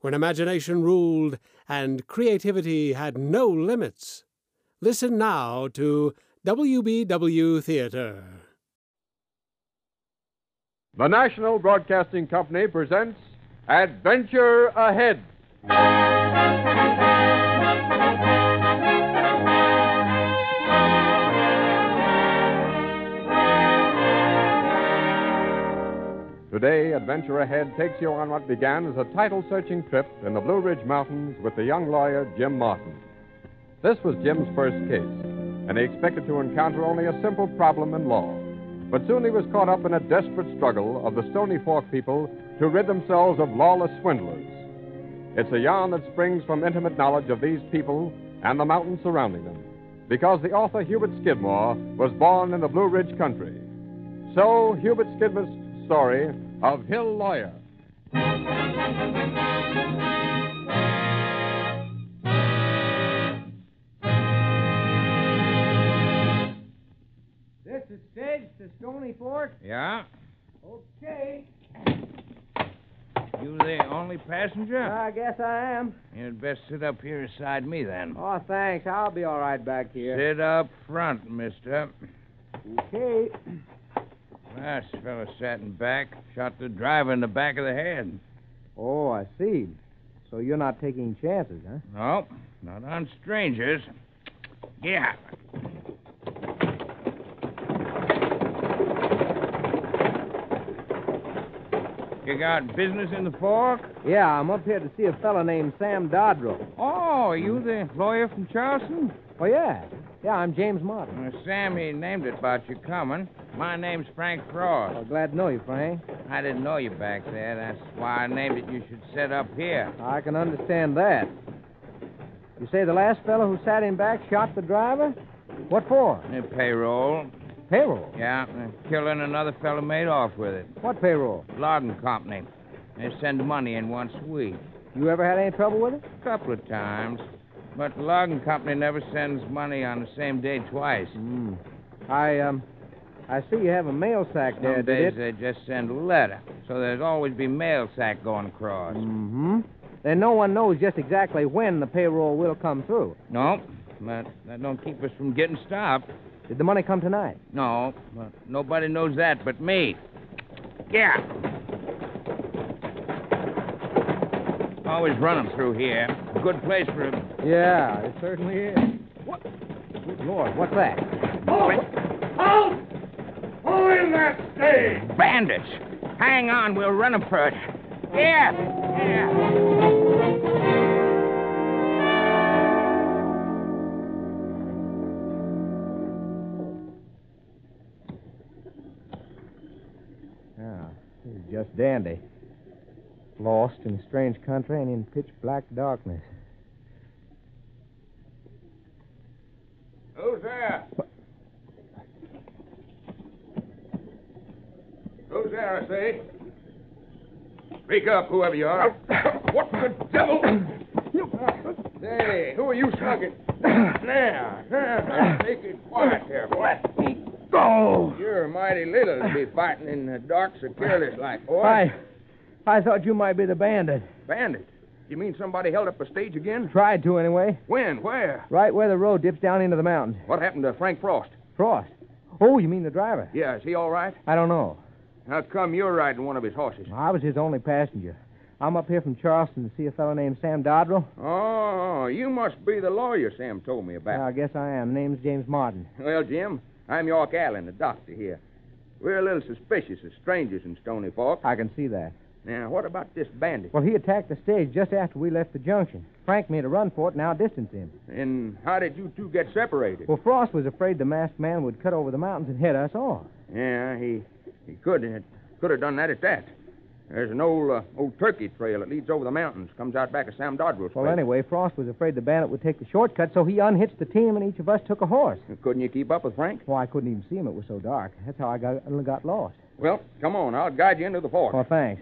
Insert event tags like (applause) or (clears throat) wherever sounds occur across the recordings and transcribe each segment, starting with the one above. when imagination ruled and creativity had no limits. Listen now to WBW Theater. The National Broadcasting Company presents Adventure Ahead. Today, Adventure Ahead takes you on what began as a title searching trip in the Blue Ridge Mountains with the young lawyer Jim Martin. This was Jim's first case, and he expected to encounter only a simple problem in law. But soon he was caught up in a desperate struggle of the Stony Fork people to rid themselves of lawless swindlers. It's a yarn that springs from intimate knowledge of these people and the mountains surrounding them, because the author Hubert Skidmore was born in the Blue Ridge country. So, Hubert Skidmore's story of Hill Lawyer. This is Sid's to Stony Fork. Yeah? Okay. You the only passenger? I guess I am. You'd best sit up here beside me then. Oh, thanks. I'll be all right back here. Sit up front, mister. Okay. Last fellow sat in back, shot the driver in the back of the head. Oh, I see. So you're not taking chances, huh? No, not on strangers. Yeah. You got business in the fork? Yeah, I'm up here to see a fella named Sam Dodrell. Oh, are you the lawyer from Charleston? Oh, yeah. Yeah, I'm James Martin. Well, Sammy named it about you coming. My name's Frank Frost. Well, glad to know you, Frank. I didn't know you back there. That's why I named it you should set up here. I can understand that. You say the last fella who sat in back shot the driver? What for? The payroll. Payroll. Yeah, the killer and another fellow made off with it. What payroll? Logging company. They send money in once a week. You ever had any trouble with it? A couple of times. But the logging company never sends money on the same day twice. Hmm. I, um, I see you have a mail sack there, Some did days it? they just send a letter. So there's always be mail sack going across. Mm-hmm. Then no one knows just exactly when the payroll will come through. No, but that don't keep us from getting stopped. Did the money come tonight? No, but nobody knows that but me. Yeah. Always run 'em through here. Good place for a. Yeah, it certainly is. What? Good Lord, what's that? Oh! Hold! Hold in that stage! Bandits! Hang on, we'll run 'em first. Here! Here! Yeah, this is just dandy. Lost in a strange country and in pitch black darkness. Who's there? Who's there, I say? Speak up, whoever you are. (coughs) what the devil? Say, who are you (clears throat) slugging? there, there. Make it quiet here. Let me go. You're mighty little to be fighting in the dark securities like, boy. I, I thought you might be the bandit. Bandit. You mean somebody held up a stage again? Tried to anyway. When? Where? Right where the road dips down into the mountains. What happened to Frank Frost? Frost. Oh, you mean the driver? Yeah, is he all right? I don't know. How come you're riding one of his horses? I was his only passenger. I'm up here from Charleston to see a fellow named Sam Dodrell. Oh, you must be the lawyer Sam told me Yeah, I about. guess I am. Name's James Martin. Well, Jim, I'm York Allen, the doctor here. We're a little suspicious of strangers in Stony Fork. I can see that. Now, what about this bandit? Well, he attacked the stage just after we left the junction. Frank made a run for it and outdistanced him. And how did you two get separated? Well, Frost was afraid the masked man would cut over the mountains and head us off. Yeah, he he could could have done that at that. There's an old uh, old turkey trail that leads over the mountains, comes out back of Sam Dodrill's Well, place. anyway, Frost was afraid the bandit would take the shortcut, so he unhitched the team, and each of us took a horse. Couldn't you keep up with Frank? Well, I couldn't even see him. It was so dark. That's how I got got lost. Well, come on. I'll guide you into the forest. Well, thanks.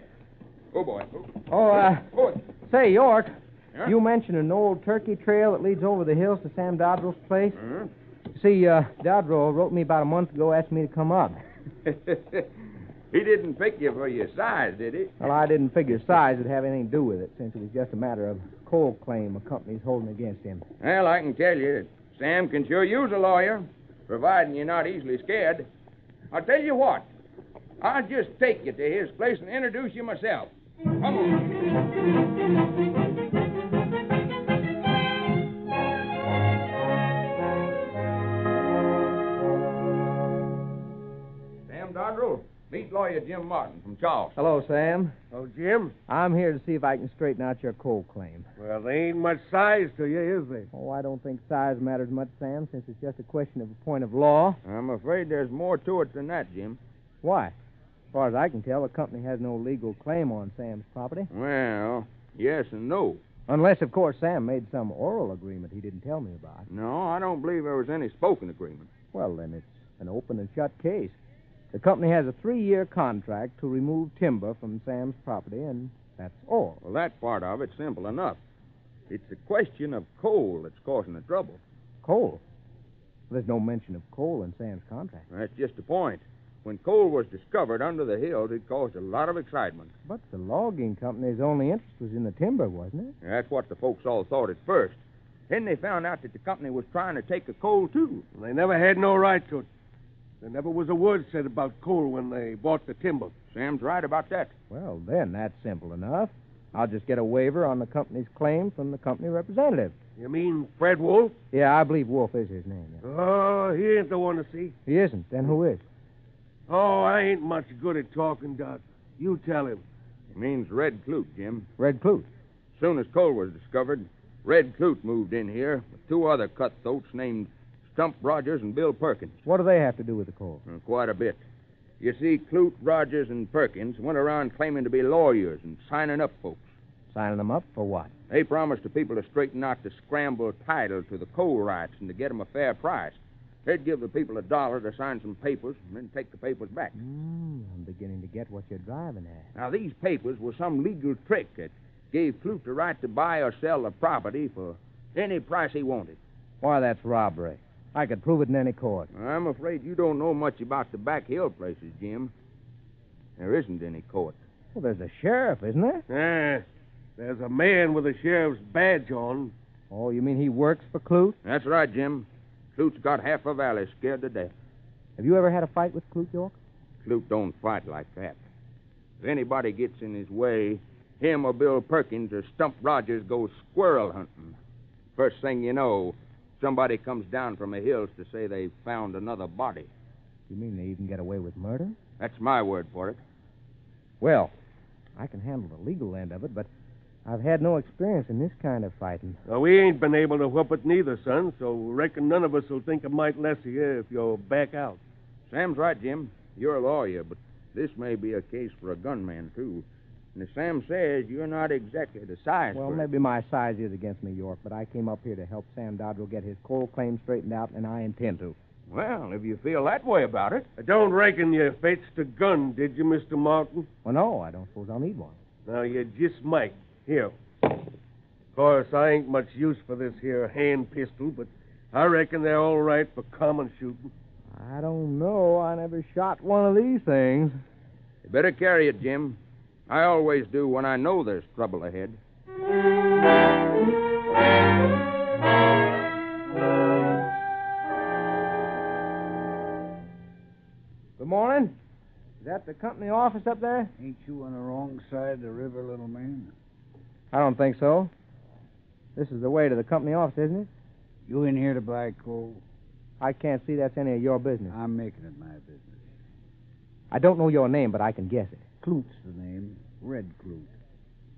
Oh, boy. Oh, uh, Oh, say, York, Yeah? you mentioned an old turkey trail that leads over the hills to Sam Dodrill's place. Hmm? See, uh, Dodrill wrote me about a month ago, asked me to come up. (laughs) he didn't pick you for your size, did he? Well, I didn't figure size would have anything to do with it, since it was just a matter of coal claim a company's holding against him. Well, I can tell you that Sam can sure use a lawyer, providing you're not easily scared. I'll tell you what. I'll just take you to his place and introduce you myself. Come on. Sam Dodrell, meet lawyer Jim Martin from Charles. Hello, Sam. Oh, Jim? I'm here to see if I can straighten out your coal claim. Well, they ain't much size to you, is they? Oh, I don't think size matters much, Sam, since it's just a question of a point of law. I'm afraid there's more to it than that, Jim. Why? As far as I can tell, the company has no legal claim on Sam's property. Well, yes and no. Unless, of course, Sam made some oral agreement he didn't tell me about. No, I don't believe there was any spoken agreement. Well, then it's an open and shut case. The company has a three year contract to remove timber from Sam's property, and that's all. Well, that part of it's simple enough. It's a question of coal that's causing the trouble. Coal. There's no mention of coal in Sam's contract. That's just the point. When coal was discovered under the hills, it caused a lot of excitement. But the logging company's only interest was in the timber, wasn't it? That's what the folks all thought at first. Then they found out that the company was trying to take the coal, too. They never had no right to it. There never was a word said about coal when they bought the timber. Sam's right about that. Well, then, that's simple enough. I'll just get a waiver on the company's claim from the company representative. You mean Fred Wolf? Yeah, I believe Wolf is his name. yeah. Oh, he ain't the one to see. He isn't. Then who is? Oh, I ain't much good at talking, Doc. You tell him. It means Red Clute, Jim. Red Clute. soon as coal was discovered, Red Clute moved in here with two other cutthroats named Stump Rogers and Bill Perkins. What do they have to do with the coal? Uh, Quite a bit. You see, Clute, Rogers, and Perkins went around claiming to be lawyers and signing up folks. Signing them up for what? They promised the people to straighten out the scramble title to the coal rights and to get 'em a fair price. They'd give the people a dollar to sign some papers and then take the papers back. Mm, I'm beginning to get what you're driving at. Now, these papers were some legal trick that gave Clute the right to buy or sell the property for any price he wanted. Why, that's robbery. Hmm. I could prove it in any court. I'm afraid you don't know much about the back hill places, Jim. There isn't any court. Well, there's a sheriff, isn't Ah, there? there's a man with a sheriff's badge on. Oh, you mean he works for Clute? That's right, Jim. Clute's got half a valley scared to death. Have you ever had a fight with Clute, York? Clute don't fight like that. If anybody gets in his way, him or Bill Perkins or Stump Rogers goes squirrel hunting. First thing you know, somebody comes down from the hills to say they found another body. You mean they even get away with murder? That's my word for it. Well, I can handle the legal end of it, but I've had no experience in this kind of fighting. Now, we ain't been able to whoop it neither, son, so reckon none of us will think of Mike Lessie here if you'll back out. Sam's right, Jim. You're a lawyer, but this may be a case for a gunman, too. And if Sam says you're not exactly the size. Well, for it- maybe my size is against me, York, but I came up here to help Sam Dodrell get his coal claim straightened out, and I intend to. Well, if you feel that way about it. I don't reckon you fetched a gun, did you, Mr. Martin? Well, no, I don't suppose I'll need one. Now, you just might. Here. Of course, I ain't much use for this here hand pistol, but I reckon they're all right for common shooting. I don't know. I never shot one of these things. You better carry it, Jim. I always do when I know there's trouble ahead. Good morning. Is that the company office up there? Ain't you on the wrong side of the river, little man? I don't think so. This is the way to the company office, isn't it? You in here to buy coal? I can't see that's any of your business. I'm making it my business. I don't know your name, but I can guess it. Clute's the name, Red Clute.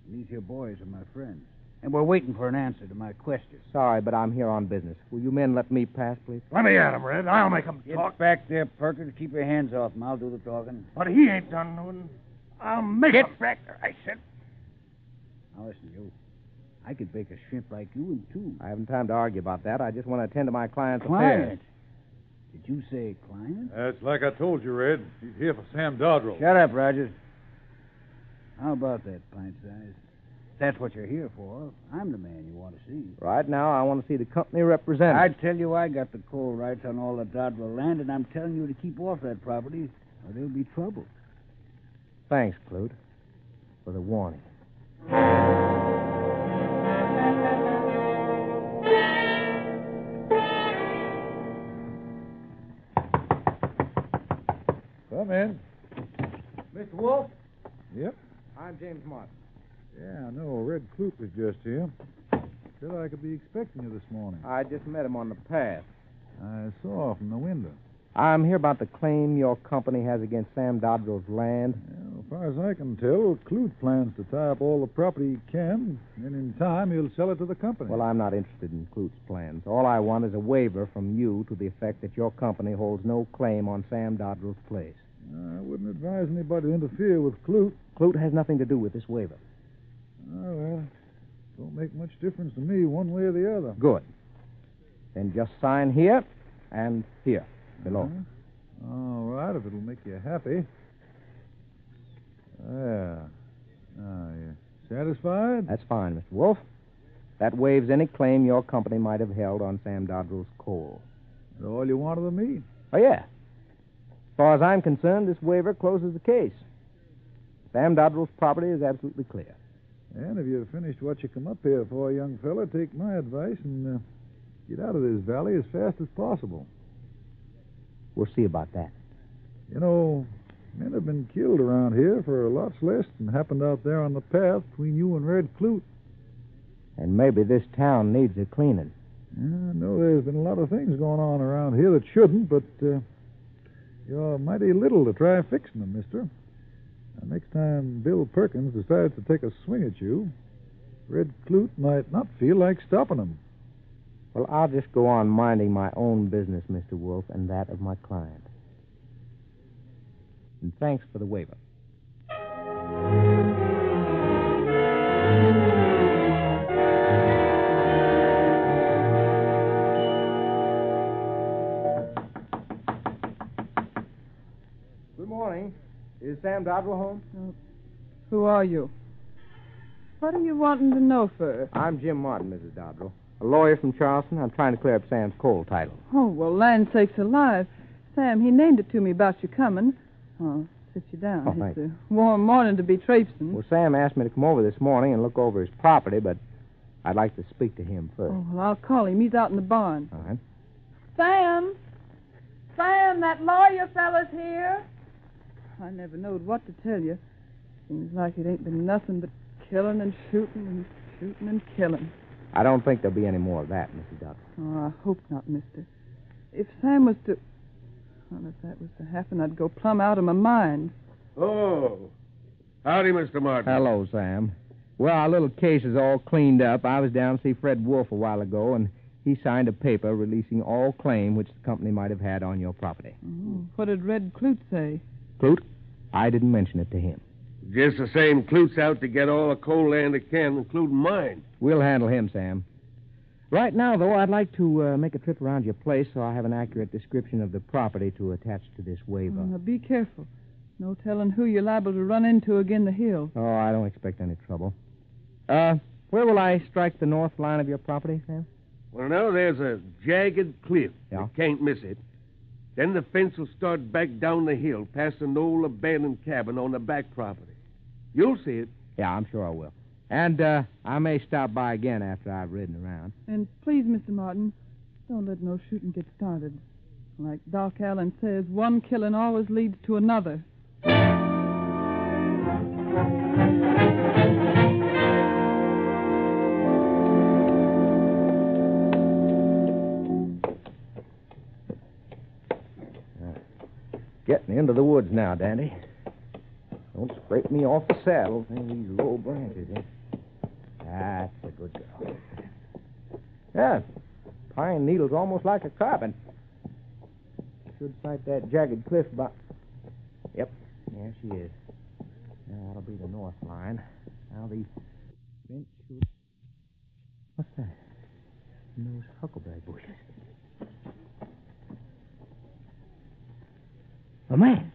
And these here boys are my friends. And we're waiting for an answer to my question. Sorry, but I'm here on business. Will you men let me pass, please? Let me at him, Red. I'll make him Get talk. back there, Perkins. Keep your hands off him. I'll do the talking. But he ain't done nothing. I'll make Get him. back, I said. Now listen, you. I could bake a shrimp like you in two. I haven't time to argue about that. I just want to attend to my client's affairs. client. Did you say client? That's like I told you, Red. He's here for Sam Dodrell. Shut up, Rogers. How about that pint size? If that's what you're here for. I'm the man you want to see. Right now, I want to see the company representative. I tell you, I got the coal rights on all the Dodwell land, and I'm telling you to keep off that property, or there'll be trouble. Thanks, Clute, for the warning. Come in. Mr. Wolf? Yep. I'm James Martin. Yeah, I know. Red Clute was just here. Said I could be expecting you this morning. I just met him on the path. I saw from the window. I'm here about the claim your company has against Sam Dodrell's land. Well, as far as I can tell, Clute plans to tie up all the property he can, and in time he'll sell it to the company. Well, I'm not interested in Clute's plans. All I want is a waiver from you to the effect that your company holds no claim on Sam Dodrell's place. I wouldn't advise anybody to interfere with Clute. Clute has nothing to do with this waiver. Oh, well, don't make much difference to me one way or the other. Good. Then just sign here and here, below. Mm-hmm. Huh? All right, if it'll make you happy. There. Now, you satisfied? That's fine, Mr. Wolf. That waives any claim your company might have held on Sam Dodrell's coal. That's all you wanted of me? Oh, yeah. As far as I'm concerned, this waiver closes the case. Sam Dodrell's property is absolutely clear. And if you've finished what you come up here for, young fella, take my advice and uh, get out of this valley as fast as possible. We'll see about that. You know, men have been killed around here for lots less than happened out there on the path between you and Red Clute. And maybe this town needs a cleaning. Yeah, I know there's been a lot of things going on around here that shouldn't, but uh, you're mighty little to try fixing them, mister. Now, next time Bill Perkins decides to take a swing at you, Red Clute might not feel like stopping him. Well, I'll just go on minding my own business, Mr. Wolf, and that of my client. And thanks for the waiver. Good morning. Is Sam Dodwell home? Who are you? What are you wanting to know for? I'm Jim Martin, Mrs. Dodrell. A lawyer from Charleston. I'm trying to clear up Sam's coal title. Oh, well, land sakes alive. Sam, he named it to me about you coming. Oh, sit you down. Oh, it's thanks. a warm morning to be traipsing. Well, Sam asked me to come over this morning and look over his property, but I'd like to speak to him first. Oh, well, I'll call him. He's out in the barn. All right. Sam! Sam, that lawyer fella's here. I never knowed what to tell you. Seems like it ain't been nothing but killing and shooting and shooting and killing. I don't think there'll be any more of that, Mrs. Dodson. Oh, I hope not, mister. If Sam was to. Well, if that was to happen, I'd go plumb out of my mind. Oh. Howdy, Mr. Martin. Hello, Sam. Well, our little case is all cleaned up. I was down to see Fred Wolf a while ago, and he signed a paper releasing all claim which the company might have had on your property. What did Red Clute say? Clute, I didn't mention it to him. Just the same, Clute's out to get all the coal land he can, including mine. We'll handle him, Sam. Right now, though, I'd like to uh, make a trip around your place so I have an accurate description of the property to attach to this waiver. Oh, now be careful. No telling who you're liable to run into again the hill. Oh, I don't expect any trouble. Uh, where will I strike the north line of your property, Sam? Well, now there's a jagged cliff. Yeah. You can't miss it. Then the fence will start back down the hill, past an old abandoned cabin on the back property. You'll see it. Yeah, I'm sure I will. And uh, I may stop by again after I've ridden around. And please, Mr. Martin, don't let no shooting get started. Like Doc Allen says, one killing always leads to another. Getting into the woods now, Dandy. Don't scrape me off the saddle. Thing these low branches. Eh? That's a good girl. Yeah, pine needle's almost like a carpet. Should sight that jagged cliff about. Yep, there she is. Yeah, that'll be the north line. Now the Ventura. What's that? In those huckleberry bushes. A man.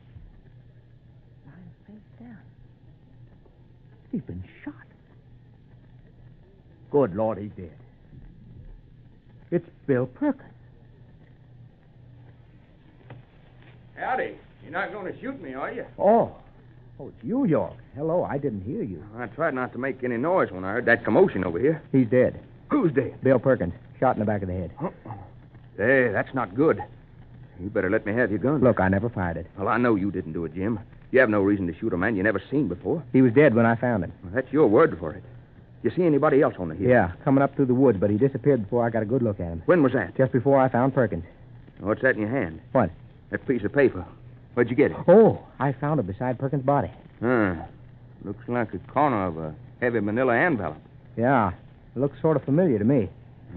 Lying face down. He's been shot. Good Lord, he's dead. It's Bill Perkins. Howdy. You're not going to shoot me, are you? Oh. Oh, it's you, York. Hello, I didn't hear you. I tried not to make any noise when I heard that commotion over here. He's dead. Who's dead? Uh-uh. Bill Perkins. Shot in the back of the head. Hey, that's not good. You better let me have your gun. Look, I never fired it. Well, I know you didn't do it, Jim. You have no reason to shoot a man you never seen before. He was dead when I found him. Well, that's your word for it. You see anybody else on the hill? Yeah, coming up through the woods, but he disappeared before I got a good look at him. When was that? Just before I found Perkins. What's that in your hand? What? That piece of paper. Where'd you get it? Oh, I found it beside Perkins' body. Huh. Looks like the corner of a heavy manila envelope. Yeah, it looks sort of familiar to me.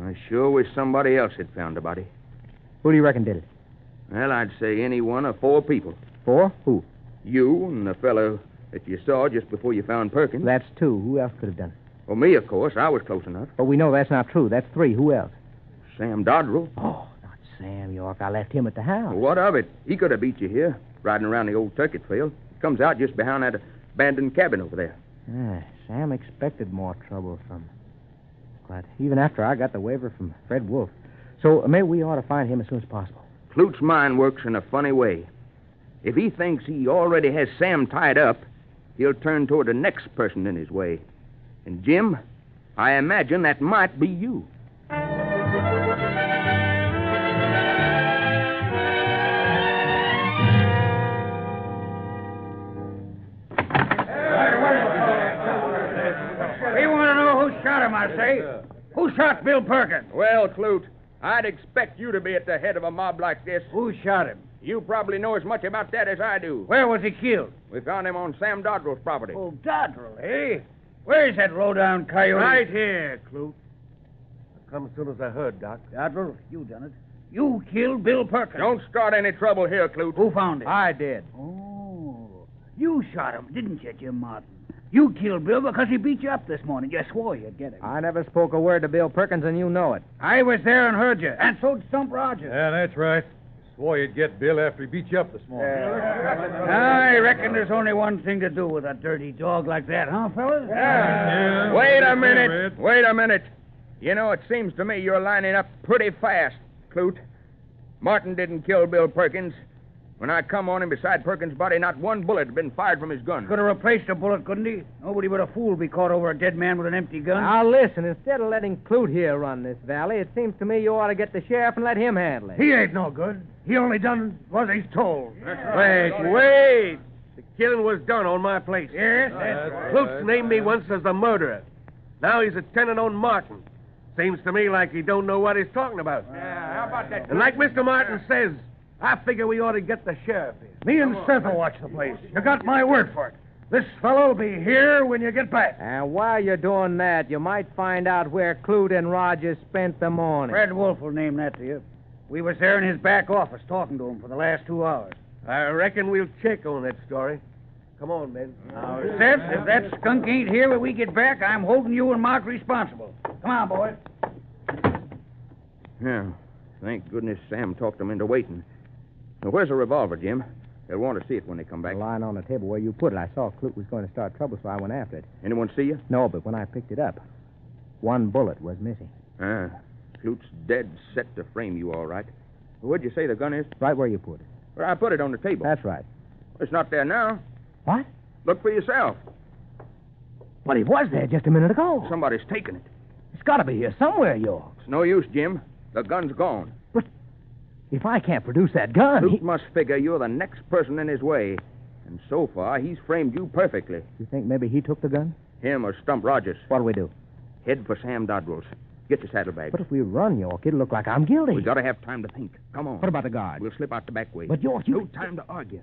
I sure wish somebody else had found the body. Who do you reckon did it? Well, I'd say any one of four people. For? Who? You and the fellow that you saw just before you found Perkins. That's two. Who else could have done it? Well, me, of course. I was close enough. But we know that's not true. That's three. Who else? Sam Dodrell. Oh, not Sam York. I left him at the house. What of it? He could have beat you here, riding around the old Turkett field. Comes out just behind that abandoned cabin over there. Ah, Sam expected more trouble from. But even after I got the waiver from Fred Wolf, so maybe we ought to find him as soon as possible. Flute's mind works in a funny way. If he thinks he already has Sam tied up, he'll turn toward the next person in his way. And, Jim, I imagine that might be you. We want to know who shot him, I say. Who shot Bill Perkins? Well, Clute, I'd expect you to be at the head of a mob like this. Who shot him? You probably know as much about that as I do. Where was he killed? We found him on Sam Dodrell's property. Oh, Dodrell, eh? Where's that roll-down coyote? Right here, Clute. I come as soon as I heard, Doc. Dodrell, you done it. You killed Bill Perkins. Don't start any trouble here, Clute. Who found him? I did. Oh, you shot him, didn't you, Jim Martin? You killed Bill because he beat you up this morning. You swore you'd get him. I never spoke a word to Bill Perkins, and you know it. I was there and heard you, and so did Stump Rogers. Yeah, that's right. Swore you'd get Bill after he beat you up this morning. I reckon there's only one thing to do with a dirty dog like that, huh, fellas? Yeah. Ah. Wait a minute. Red. Wait a minute. You know, it seems to me you're lining up pretty fast, Clute. Martin didn't kill Bill Perkins. When I come on him beside Perkins' body, not one bullet had been fired from his gun. Could have replaced a bullet, couldn't he? Nobody but a fool would be caught over a dead man with an empty gun. Now, listen, instead of letting Clute here run this valley, it seems to me you ought to get the sheriff and let him handle it. He ain't no good. He only done what he's told. Wait, wait. The killing was done on my place. Yes, that's right. Klutz named me once as the murderer. Now he's a tenant on Martin. Seems to me like he don't know what he's talking about. how about that? And like Mr. Martin says, I figure we ought to get the sheriff here. Me and Seth will watch the place. You got my word for it. This fellow'll be here when you get back. And while you're doing that, you might find out where Clute and Rogers spent the morning. Fred Wolf will name that to you. We was there in his back office talking to him for the last two hours. I reckon we'll check on that story. Come on, men. Now, Seth, if that skunk ain't here when we get back, I'm holding you and Mark responsible. Come on, boys. Yeah. Thank goodness Sam talked him into waiting. Now, where's the revolver, Jim? They'll want to see it when they come back. Lying on the table where you put it, I saw Clute was going to start trouble, so I went after it. Anyone see you? No, but when I picked it up, one bullet was missing. Ah. Clute's dead set to frame you, all right. Where'd you say the gun is? Right where you put it. Well, I put it on the table. That's right. It's not there now. What? Look for yourself. Well, he was there just a minute ago. Somebody's taken it. It's got to be here somewhere, York. It's no use, Jim. The gun's gone. If I can't produce that gun, Luke he... must figure you're the next person in his way. And so far, he's framed you perfectly. you think maybe he took the gun? Him or Stump Rogers. What'll we do? Head for Sam Dodrell's. Get your saddlebags. But if we run, York, it'll look like I'm guilty. We gotta have time to think. Come on. What about the guard? We'll slip out the back way. But York, you... No time to argue.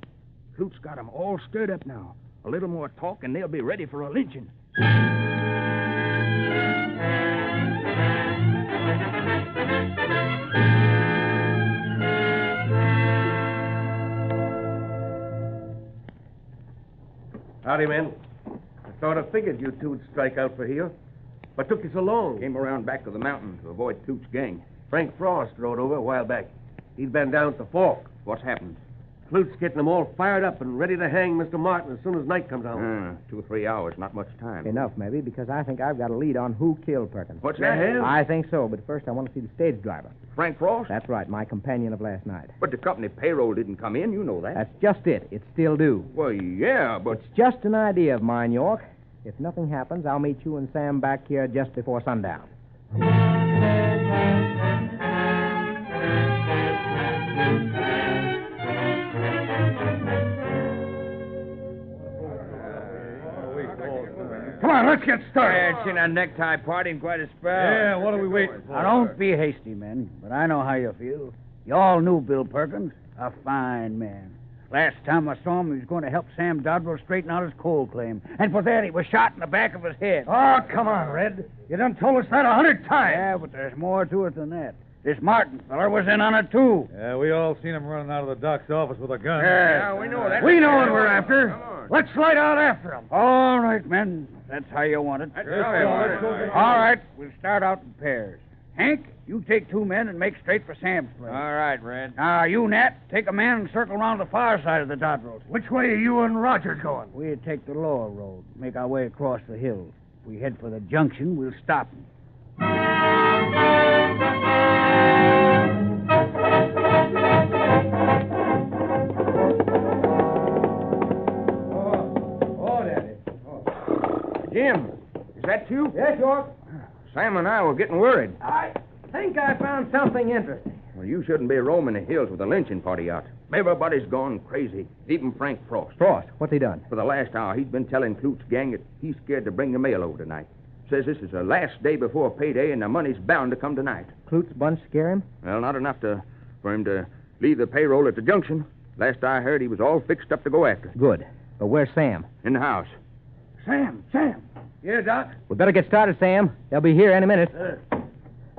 Luke's got 'em all stirred up now. A little more talk, and they'll be ready for a lynching. Howdy, men. Sort of figured you two'd strike out for here. What took you so long? Came around back of the mountain to avoid Toot's gang. Frank Frost rode over a while back. He'd been down at the fork. What's happened? Clute's getting them all fired up and ready to hang Mr. Martin as soon as night comes on. Uh, two or three hours, not much time. Enough, maybe, because I think I've got a lead on who killed Perkins. What's that? I think so, but first I want to see the stage driver. Frank Frost? That's right, my companion of last night. But the company payroll didn't come in, you know that. That's just it. It's still due. Well, yeah, but It's just an idea of mine, York. If nothing happens, I'll meet you and Sam back here just before sundown. Come on, let's get it's in a necktie party in quite a spell. Yeah, what are we waiting for? Now, don't be hasty, men, but I know how you feel. You all knew Bill Perkins, a fine man. Last time I saw him, he was going to help Sam Dodwell straighten out his coal claim, and for that he was shot in the back of his head. Oh, come on, Red. You done told us that a hundred Yeah, but there's more to it than that. This Martin feller was in on it, too. Yeah, we all seen him running out of the doc's office with a gun. Yeah, we know that. We know what we're after. Come on. Let's slide out after him. All right, men, that's how you want it. All All right, we'll start out in pairs. Hank, you take two men and make straight for Sam's place. right, Red. Now, you, Nat, take a man and circle round the far side of the Dodrels. Which way are you and Roger going? We'll take the lower road, make our way across the hill. If we head for the junction, we'll stop 'em. Oh, Daddy. Jim, is that you? Yes, York. Sam and I were getting worried. I think I found something interesting. Well, you shouldn't be roaming the hills with a lynching party out. Everybody's gone crazy, even Frank Frost. Frost, what's he done? For the last hour, he's been telling Clute's gang that he's scared to bring the mail over tonight. Says this is the last day before payday, and the money's bound to come tonight. Clute's bunch scare him? Well, not enough to for him to leave the payroll at the junction. Last I heard, he was all fixed up to go after it. Good. But where's Sam? In the house. Sam, Sam. Yeah, Doc. We better get started, Sam. They'll be here any minute.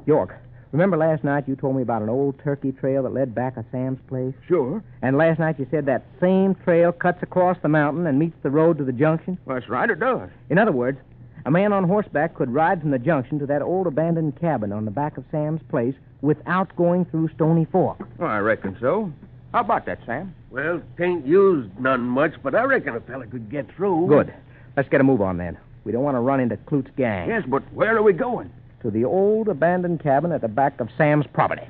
York, remember last night you told me about an old turkey trail that led back of Sam's place? Sure. And last night you said that same trail cuts across the mountain and meets the road to the junction? Well, that's right, it does. In other words, a man on horseback could ride from the junction to that old abandoned cabin on the back of Sam's place without going through Stony Fork. Well, I reckon so. How about that, Sam? Well, tain't used none much, but I reckon a fella could get through. Good. Let's get a move on then. We don't want to run into Clute's gang. Yes, but where are we going? To the old abandoned cabin at the back of Sam's property.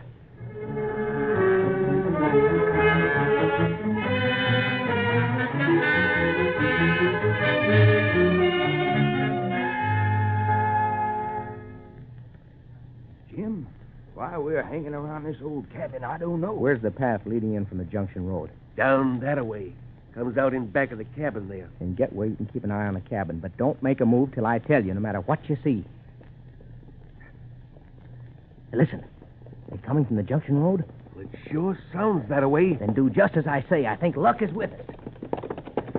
Jim, why we're hanging around this old cabin, I don't know. Where's the path leading in from the junction road? Down that way. Comes out in back of the cabin there. And get where you can keep an eye on the cabin, but don't make a move till I tell you, no matter what you see. Hey, Listen, they coming from the junction road? It sure sounds that way. Then do just as I say. I think luck is with us.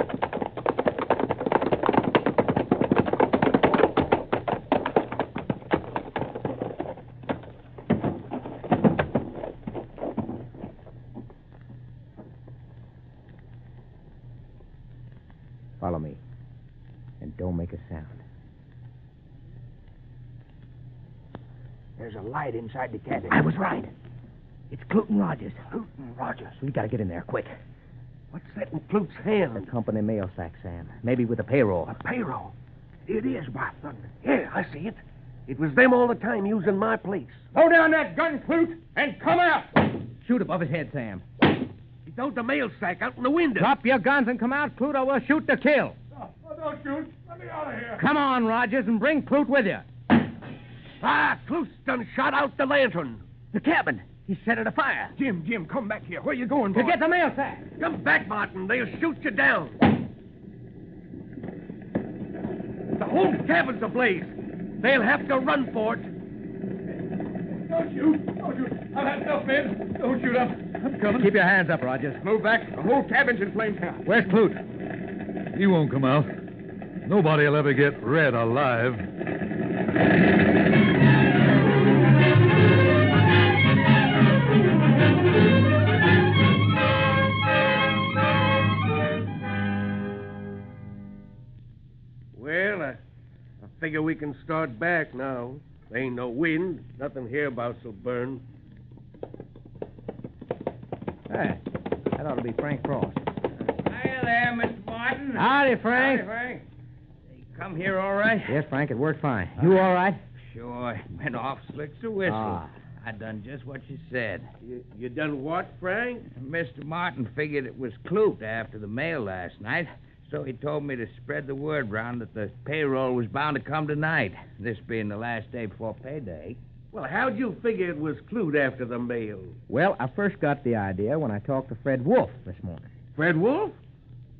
Follow me. And don't make a sound. There's a light inside the cabin. I was right. It's Cluton Rogers. Hootin' Rogers. We gotta get in there quick. What's that in Clute's The hand? company mail sack, Sam. Maybe with a payroll. Payroll. It is, by thunder. Yeah, I see it. It was them all the time using my place. Throw down that gun, Clute, and come out! Shoot above his head, Sam. He throw the mail sack out in the window. Drop your guns and come out, Clute, or we'll shoot to kill. don't shoot. Let me out of here. Come on, Rogers, and bring Clute with you. Ah, Clute's done shot out the lantern. The cabin. He set it afire. Jim, Jim, come back here. Where you going, To get the mail sack. Come back, Martin. They'll shoot you down. The whole cabin's ablaze. They'll have to run for it. Don't shoot. Don't shoot. I've had enough, men. Don't shoot up. I'm coming. Keep your hands up, Rogers. Move back. The whole cabin's in flames now. Where's Clute? He won't come out. Nobody will ever get red alive. Well, figure we can start back now. There ain't no wind. Nothing hereabouts will burn. Hey, that ought to be Frank Cross. Hiya there, Mr. Martin. Howdy, Frank. Howdy, Frank. You come here all right? Yes, Frank, it worked fine. You all right? Sure. Went off slick to whistle. Ah. I done just what you said. You, you done what, Frank? Mr. Martin figured it was Clute after the mail last night, so he told me to spread the word round that the payroll was bound to come tonight, this being the last day before payday. Well, how'd you figure it was clued after the mail? Well, I first got the idea when I talked to Fred Wolf this morning. Fred Wolf?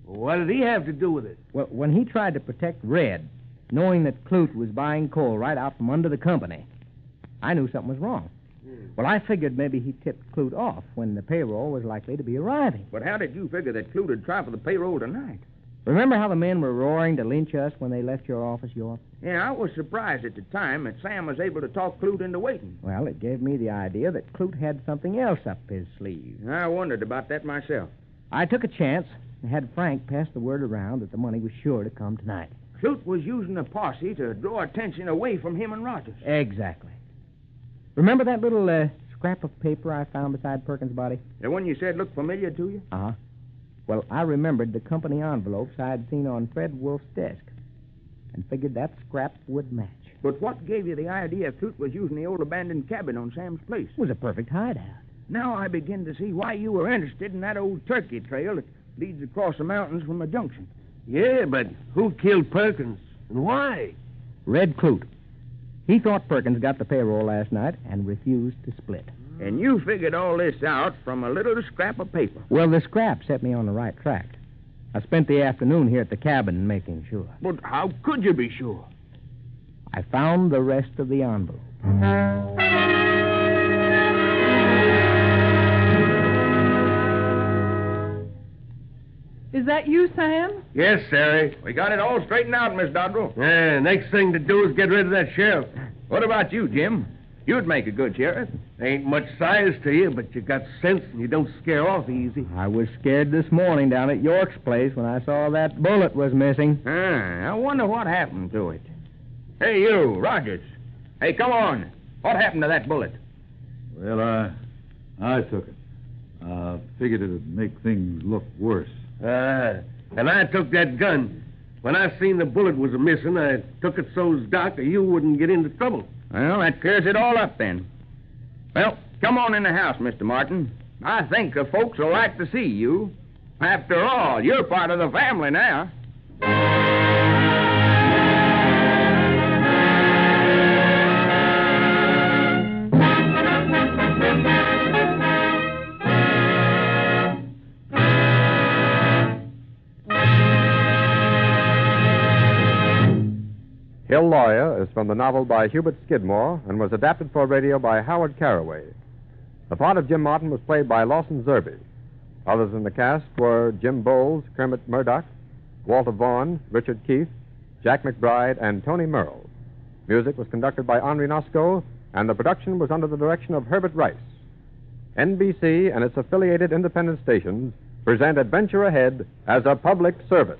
What did he have to do with it? Well, when he tried to protect Red, knowing that Clute was buying coal right out from under the company, I knew something was wrong. Well, I figured maybe he tipped Clute off when the payroll was likely to be arriving. But how did you figure that Clute would try for the payroll tonight? Remember how the men were roaring to lynch us when they left your office, York? Yeah, I was surprised at the time that Sam was able to talk Clute into waiting. Well, it gave me the idea that Clute had something else up his sleeve. I wondered about that myself. I took a chance and had Frank pass the word around that the money was sure to come tonight. Clute was using a posse to draw attention away from him and Rogers. Exactly. Remember that little uh, scrap of paper I found beside Perkins' body? The one you said looked familiar to you? Uh huh. Well, I remembered the company envelopes I had seen on Fred Wolf's desk and figured that scrap would match. But what gave you the idea Clute was using the old abandoned cabin on Sam's place? It was a perfect hideout. Now I begin to see why you were interested in that old turkey trail that leads across the mountains from the junction. Yeah, but who killed Perkins? And why? Red Clute. He thought Perkins got the payroll last night and refused to split. And you figured all this out from a little scrap of paper. Well, the scrap set me on the right track. I spent the afternoon here at the cabin making sure. But how could you be sure? I found the rest of the envelope. Is that you, Sam? Yes, Sari. We got it all straightened out, Miss Dodrell. Yeah, next thing to do is get rid of that sheriff. What about you, Jim? You'd make a good sheriff. There ain't much size to you, but you got sense and you don't scare off easy. I was scared this morning down at York's place when I saw that bullet was missing. Ah, I wonder what happened to it. Hey, you, Rogers. Hey, come on. What happened to that bullet? Well, I, I took it. I figured it'd make things look worse. Uh, and I took that gun. When I seen the bullet was missing, I took it so's Doc you wouldn't get into trouble. Well, that clears it all up then. Well, come on in the house, Mr. Martin. I think the folks will like to see you. After all, you're part of the family now. Hill Lawyer is from the novel by Hubert Skidmore and was adapted for radio by Howard Caraway. The part of Jim Martin was played by Lawson Zerby. Others in the cast were Jim Bowles, Kermit Murdoch, Walter Vaughn, Richard Keith, Jack McBride, and Tony Merle. Music was conducted by Henri Nosco, and the production was under the direction of Herbert Rice. NBC and its affiliated independent stations present Adventure Ahead as a public service.